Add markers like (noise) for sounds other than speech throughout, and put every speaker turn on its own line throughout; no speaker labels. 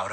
out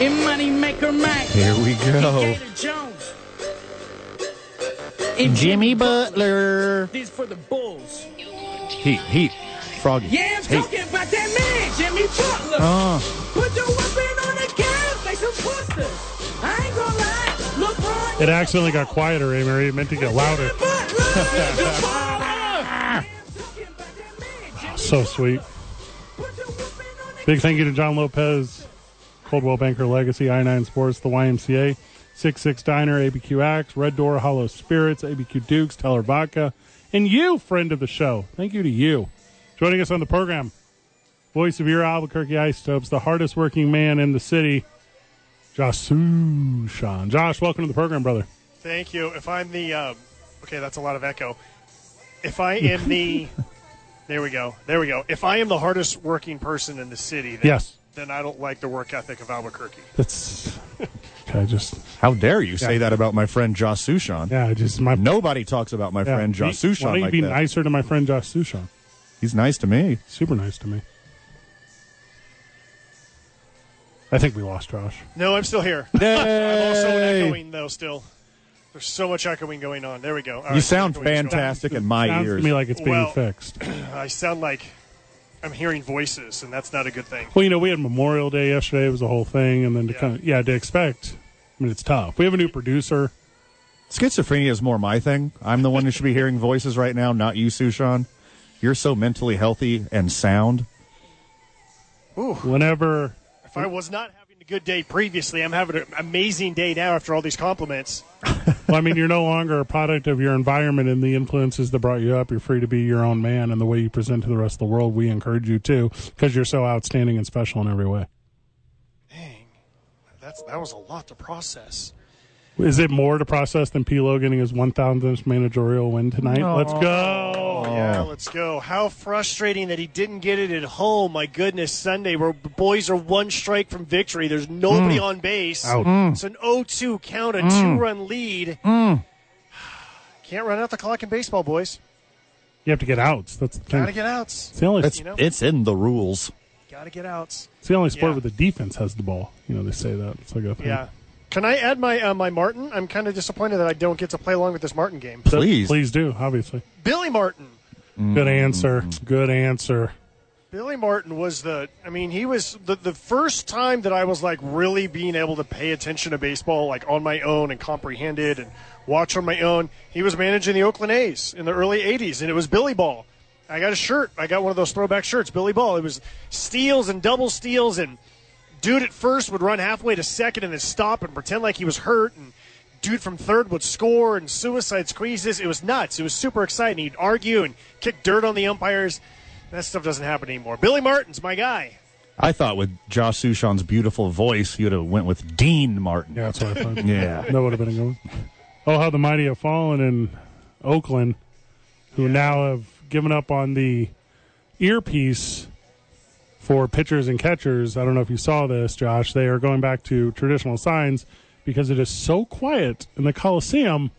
and Money Maker Mike.
Here we go.
And Gator Jones.
And
And
Jimmy Butler.
This for the Bulls.
Heat, heat. Froggy.
Yeah, I'm
heat.
talking about that man, Jimmy Butler.
Uh.
Put your weapon on the couch like some pussies. I ain't gonna lie. LeBron.
It accidentally got quieter, Amory. It meant to get louder.
Jimmy Butler.
(laughs)
the baller. I'm talking about that man, Jimmy
So
Butler.
sweet.
Put your weapon on the
Big thank you to John Lopez, Coldwell Banker Legacy, I9 Sports, the YMCA, 66 Diner, ABQ Axe, Red Door, Hollow Spirits, ABQ Dukes, Teller Vodka, and you, friend of the show. Thank you to you. Joining us on the program, voice of your Albuquerque Isotopes, the hardest working man in the city, Josh Sushan. Josh, welcome to the program, brother.
Thank you. If I'm the, um, okay, that's a lot of echo. If I am the, there we go, there we go. If I am the hardest working person in the city, then,
Yes.
then I don't like the work ethic of Albuquerque.
That's. I just.
How dare you say
Yeah.
that about my friend Josh Sushan?
Yeah, I just. My
Nobody talks about my friend
Yeah.
Josh
Why don't
Sushan
you
like
be
that.
nicer to my friend Josh Sushan?
He's nice to me.
Super nice to me. I think we lost Josh.
No, I'm still here. (laughs) I'm also echoing though. Still, there's so much echoing going on. There we go. All right,
You sound
echoing is gone.
fantastic in my
Sounds
ears.
to me like it's being
Well-
fixed.
I sound like I'm hearing voices, and that's not a good thing.
Well, you know, we had Memorial Day yesterday. It was a whole thing, and then to
Yeah.
kind of yeah to expect. I mean, it's tough. We have a new producer.
Schizophrenia is more my thing. I'm the one who should be hearing voices right now, not you, Sushan. You're so mentally healthy and sound.
Whenever
If I was not having a good day previously, I'm having an amazing day now after all these compliments.
well, I mean, you're no longer a product of your environment and the influences that brought you up. You're free to be your own man, and the way you present to the rest of the world, we encourage you to because you're so outstanding and special in every way.
Dang, that's that was a lot to process.
Is it more to process than P. Lo getting his 1,000th managerial win tonight? Let's go.
Yeah, Oh, let's go. How frustrating that he didn't get it at home. My goodness, Sunday, where the boys are one strike from victory. There's nobody on base.
Out.
It's an 0-2 count, a two-run lead. Can't run out the clock in baseball, boys.
You have to get outs. That's the thing.
Gotta get outs.
it's the only,
It's,
You know?
it's in the rules.
Gotta get outs.
it's the only sport
yeah.
where the defense has the ball. You know, they say that. It's like a thing.
Yeah. Can I add my uh, my Martin? I'm kind of disappointed that I don't get to play along with this Martin game.
That-
Please.
Please do, obviously.
Billy Martin.
Good answer. Good answer.
Billy Martin was the. I mean, he was the the first time that I was like really being able to pay attention to baseball, like on my own and comprehend it and watch on my own. He was managing the Oakland A's in the early '80s, and it was Billy Ball. I got a shirt. I got one of those throwback shirts, Billy Ball. It was steals and double steals, and dude at first would run halfway to second and then stop and pretend like he was hurt, and dude from third would score and suicide squeezes. It was nuts. It was super exciting. He'd argue and kick dirt on the umpires. That stuff doesn't happen anymore. Billy Martin's my guy.
I thought with Josh Sushan's beautiful voice, you'd have went with Dean Martin.
Yeah, that's what I thought.
Yeah.
That would have been a good one. Oh, how the mighty have fallen in Oakland, who now have given up on the earpiece for pitchers and catchers. I don't know if you saw this, Josh. They are going back to traditional signs because it is so quiet in the Coliseum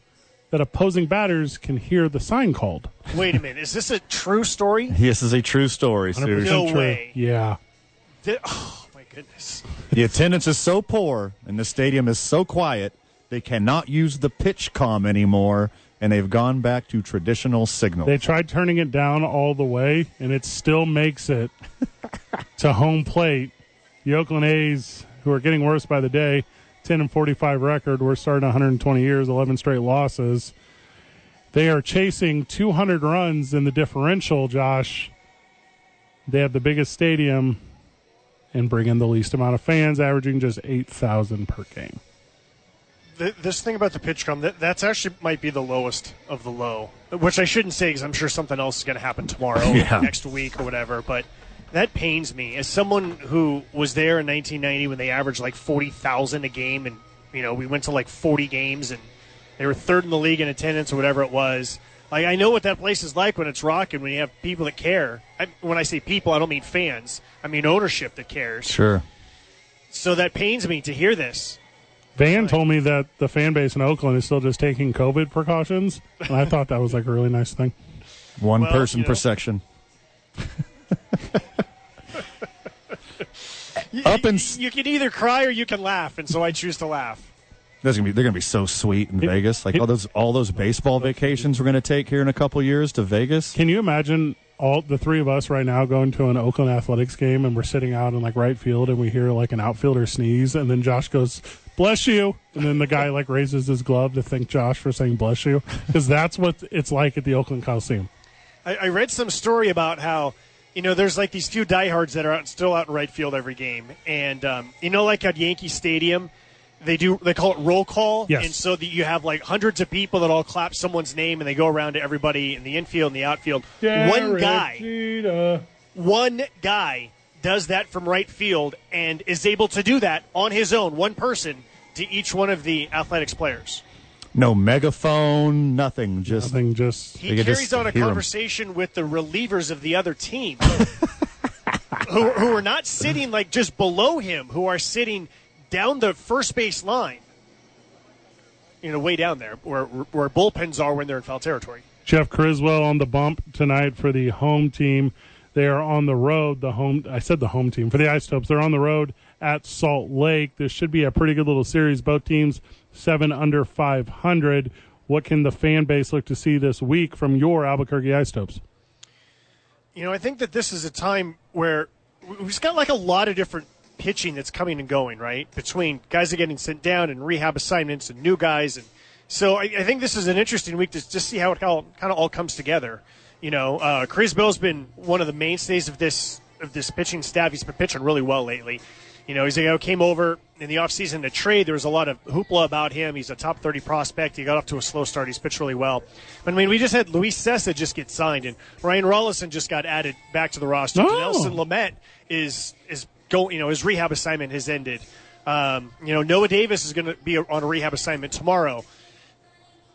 that opposing batters can hear the sign called.
Wait a minute. Is this a true story?
This is a true story, Sush.
No
True.
way.
Yeah.
Did- oh, my goodness.
The attendance is so poor and the stadium is so quiet, they cannot use the pitch com anymore, and they've gone back to traditional signals.
They tried turning it down all the way, and it still makes it to home plate. The Oakland A's, who are getting worse by the day, 10 and 45 record. We're starting 120 years, 11 straight losses. They are chasing 200 runs in the differential, Josh. They have the biggest stadium and bring in the least amount of fans, averaging just 8,000 per game.
Th- this thing about the pitch com, that, that's actually might be the lowest of the low, which I shouldn't say because I'm sure something else is going to happen tomorrow,
Yeah.
next week, or whatever. But that pains me as someone who was there in 1990 when they averaged like 40,000 a game and You know, we went to like 40 games and they were third in the league in attendance or whatever it was. Like I know what that place is like when it's rocking, when you have people that care. I, when I say people, I don't mean fans. I mean ownership that cares.
Sure.
So that pains me to hear this.
Van told me that the fan base in Oakland is still just taking COVID precautions, and I thought that was like a really nice thing.
One
Well,
person
you know.
per section. (laughs) Up and s-
you can either cry or you can laugh, and so I choose to laugh.
That's gonna be. They're gonna be so sweet in Vegas. Like all those all those baseball vacations we're gonna take here in a couple years to Vegas.
Can you imagine all the three of us right now going to an Oakland Athletics game and we're sitting out in like right field and we hear like an outfielder sneeze and then Josh goes, "Bless you," and then the guy like raises his glove to thank Josh for saying "bless you" because that's what it's like at the Oakland Coliseum.
I, I read some story about how you know there's like these few diehards that are out, still out in right field every game, and um, you know like at Yankee Stadium, they do they call it roll call,
Yes.
and so that you have like hundreds of people that all clap someone's name, and they go around to everybody in the infield and the outfield. One guy, one guy does that from right field and is able to do that on his own, one person to each one of the athletics players.
No megaphone, nothing. Just
Nothing, just
He
They could
carries
just
on a
hear 'em.
conversation with the relievers of the other team, (laughs) who, who are not sitting like just below him, who are sitting down the first base line. You know, way down there, where where bullpens are when they're in foul territory.
Jeff Criswell on the bump tonight for the home team. They are on the road. The home I said the home team for the Ice Topes. They're on the road at Salt Lake. This should be a pretty good little series. Both teams seven under five hundred. What can the fan base look to see this week from your Albuquerque Ice Topes?
You know, I think that this is a time where we- we've got like a lot of different pitching that's coming and going, right? Between guys that are getting sent down and rehab assignments and new guys. And so I, I think this is an interesting week to just see how it all, kind of all comes together. You know, uh, Chris Bill's been one of the mainstays of this of this pitching staff. He's been pitching really well lately. You know, he's a guy who came over in the offseason to trade. There was a lot of hoopla about him. He's a top 30 prospect. He got off to a slow start. He's pitched really well. But, I mean, we just had Luis Sessa just get signed, and Ryan Rollison just got added back to the roster.
Oh.
Nelson Lamette is, is go, you know, his rehab assignment has ended. Um, you know, Noah Davis is going to be on a rehab assignment tomorrow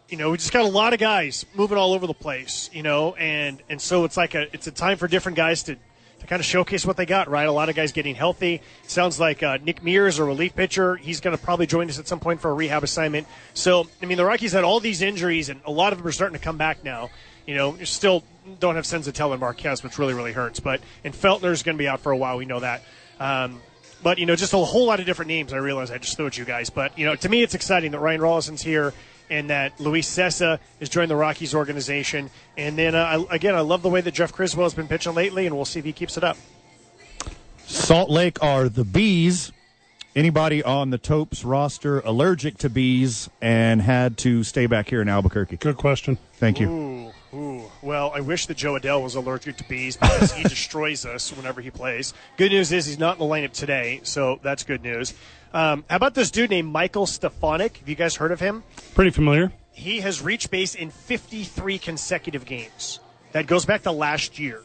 you know, we just got a lot of guys moving all over the place, you know, and and so it's like a it's a time for different guys to to kind of showcase what they got, right? A lot of guys getting healthy. Sounds like uh, Nick Mears, a relief pitcher, he's going to probably join us at some point for a rehab assignment. So, I mean, the Rockies had all these injuries, and a lot of them are starting to come back now. You know, you still don't have Senzatel and Marquez, which really really hurts. But and Feltner's going to be out for a while. We know that. Um, but you know, just a whole lot of different names. I realize I just threw at you guys, but you know, to me, it's exciting that Ryan Rollison's here and that Luis Sessa has joined the Rockies organization. And then uh, I, again, I love the way that Jeff Criswell has been pitching lately, and we'll see if he keeps it up.
Salt Lake are the bees. Anybody on the Topes roster allergic to bees and had to stay back here in Albuquerque?
Good question.
Thank you.
Ooh, ooh. Well, I wish that Joe Adele was allergic to bees because he destroys us whenever he plays. Good news is he's not in the lineup today, so that's good news. Um, how about this dude named Michael Stefanik? Have you guys heard of him?
Pretty familiar.
he has reached base in 53 consecutive games. That goes back to last year.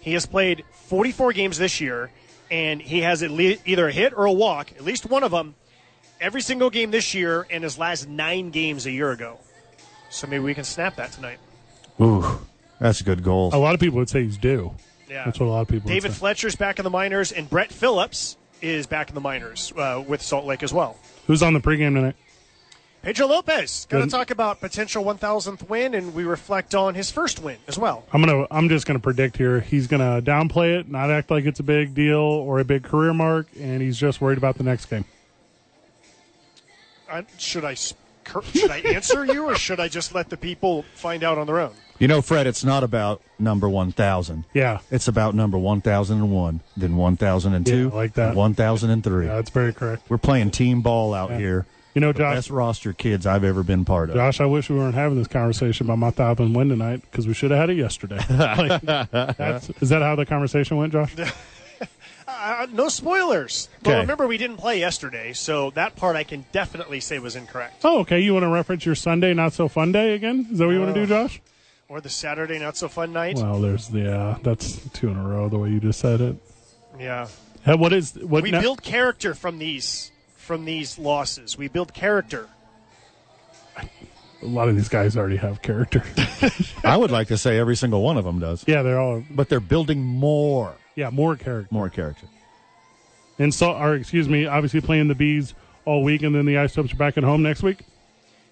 He has played 44 games this year, and he has at le- either a hit or a walk, at least one of them, every single game this year, and his last nine games a year ago. So maybe we can snap that tonight.
Ooh, that's a good goal.
A lot of people would say he's due.
Yeah.
That's what a lot of people.
David
would say.
Fletcher's back in the minors, and Brett Phillips is back in the minors uh, with Salt Lake as well.
Who's on the pregame tonight?
Pedro Lopez, got to
Good.
talk about potential 1,000th win, and we reflect on his first win as well.
I'm gonna. I'm just gonna predict here. He's gonna downplay it, not act like it's a big deal or a big career mark, and he's just worried about the next game.
I, should I s- cur- should I answer you, or should I just let the people find out on their own?
You know, Fred, it's not about number 1,000.
Yeah,
It's about number 1,001, then 1,002,
Yeah, I like that.
1,003.
yeah that's very correct.
We're playing team ball out here.
You know,
the
Josh-
best roster kids I've ever been part of.
Josh, I wish we weren't having this conversation about my top and win tonight because we should have had it yesterday. Like, that's, is that how the conversation went, Josh?
Uh, no spoilers. Well,
Okay.
remember we didn't play yesterday, so that part I can definitely say was incorrect.
Oh, okay. You want to reference your Sunday not so fun day again? Is that what you want to do, Josh?
Or the Saturday not so fun night.
Well, there's yeah, that's two in a row the way you just said it.
yeah,
Hey, What is what?
we
now-
build character from these from these losses. We build character.
A lot of these guys already have character. (laughs)
I would like to say every single one of them does,
yeah, they're all
but they're building more,
yeah more character.
more character.
And so, or excuse me, obviously playing the bees all week, and then the ice tubs are back at home next week.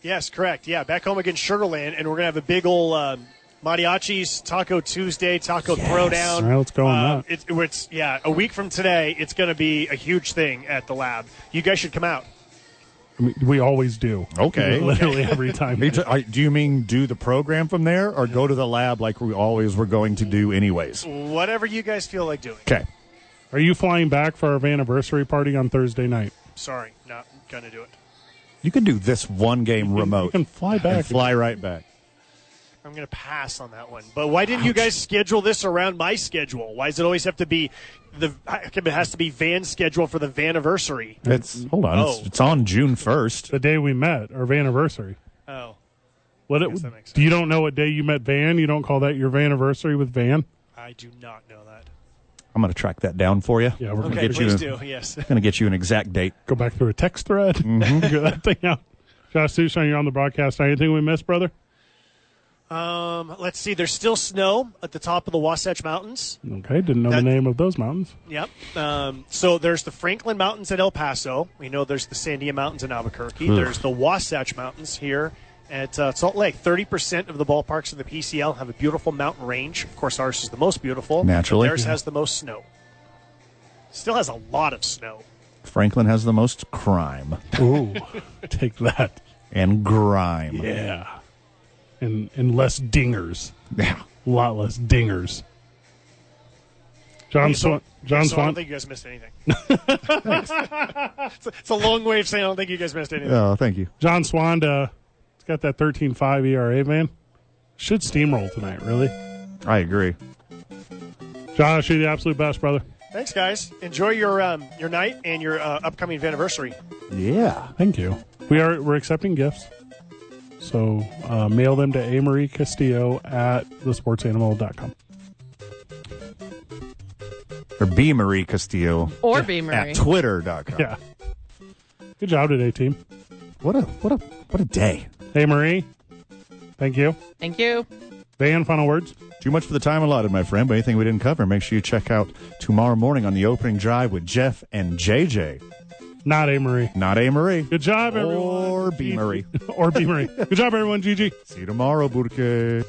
Yes, correct. Yeah, back home against Sugarland, and we're gonna have a big old um, mariachis Taco Tuesday, Taco Throwdown.
All right, let's go on
Uh,
that.
It's, it's yeah, a week from today, it's gonna be a huge thing at the lab. You guys should come out.
I mean, we always do. (laughs)
Okay.
literally every time.
Are you t- are- do you mean do the program from there, or go to the lab like we always were going to do anyways?
Whatever you guys feel like doing.
Okay.
Are you flying back for our anniversary party on Thursday night?
Sorry, not gonna do it.
You could do this one game
(laughs)
remote.
you can fly
and
back.
fly right back.
I'm going to pass on that one. But why didn't you guys schedule this around my schedule? Why does it always have to be the it has to be Van's schedule for the Vanniversary?
It's hold on.
Oh.
It's, it's on June first.
The day we met, our anniversary.
Oh,
What it,
Guess that makes
do you don't know what day you met Van? You don't call that your anniversary with Van?
I do not know that.
I'm going to track that down for you.
Yeah, we're gonna
Gonna
Okay,
get
please
you
do. Yes.
Going to get you an exact date.
Go back through a text thread. (laughs) Figure that thing out. Josh Sushan, you're on the broadcast. Anything we missed, brother?
Um, let's see. There's still snow at the top of the Wasatch Mountains.
Okay, didn't know
That-
the name of those mountains.
Yep. Um, so there's the Franklin Mountains at El Paso. We know there's the Sandia Mountains in Albuquerque. There's the Wasatch Mountains here at uh, Salt Lake. 30% of the ballparks in the PCL have a beautiful mountain range. Of course, ours is the most beautiful.
Naturally.
But theirs has the most snow. Still has a lot of snow.
Franklin has the most crime
Ooh, take that.
and grime.
Yeah. And, and less dingers.
Yeah.
A lot less dingers. John Swan. John
so I
Swan.
don't think you guys
(laughs)
missed anything. (laughs) it's, a, it's a long way of saying I don't think you guys missed anything.
Oh, thank you.
John Swanda, it's got that 13.5 ERA, man. Should steamroll tonight, really.
I agree.
Josh, you're the absolute best, brother.
Thanks, guys. Enjoy your um, your night and your uh, upcoming anniversary.
Yeah.
Thank you. We are we're accepting gifts, so uh, mail them to A. Marie Castillo at thesportsanimal.com.
Or B Marie Castillo
Or B. Marie.
at twitter.com.
Yeah. Good job today, team.
What a what a what a day.
Hey, Marie. Thank you.
Thank you.
Van, final words.
Too much for the time allotted, my friend, but anything we didn't cover, make sure you check out tomorrow morning on the opening drive with Jeff and JJ.
Not A. Marie.
Not A Marie.
Good job, everyone.
Or B.
Gigi. (laughs)
Marie.
or B. Marie. Good job, everyone. GG.
See you tomorrow, Burke.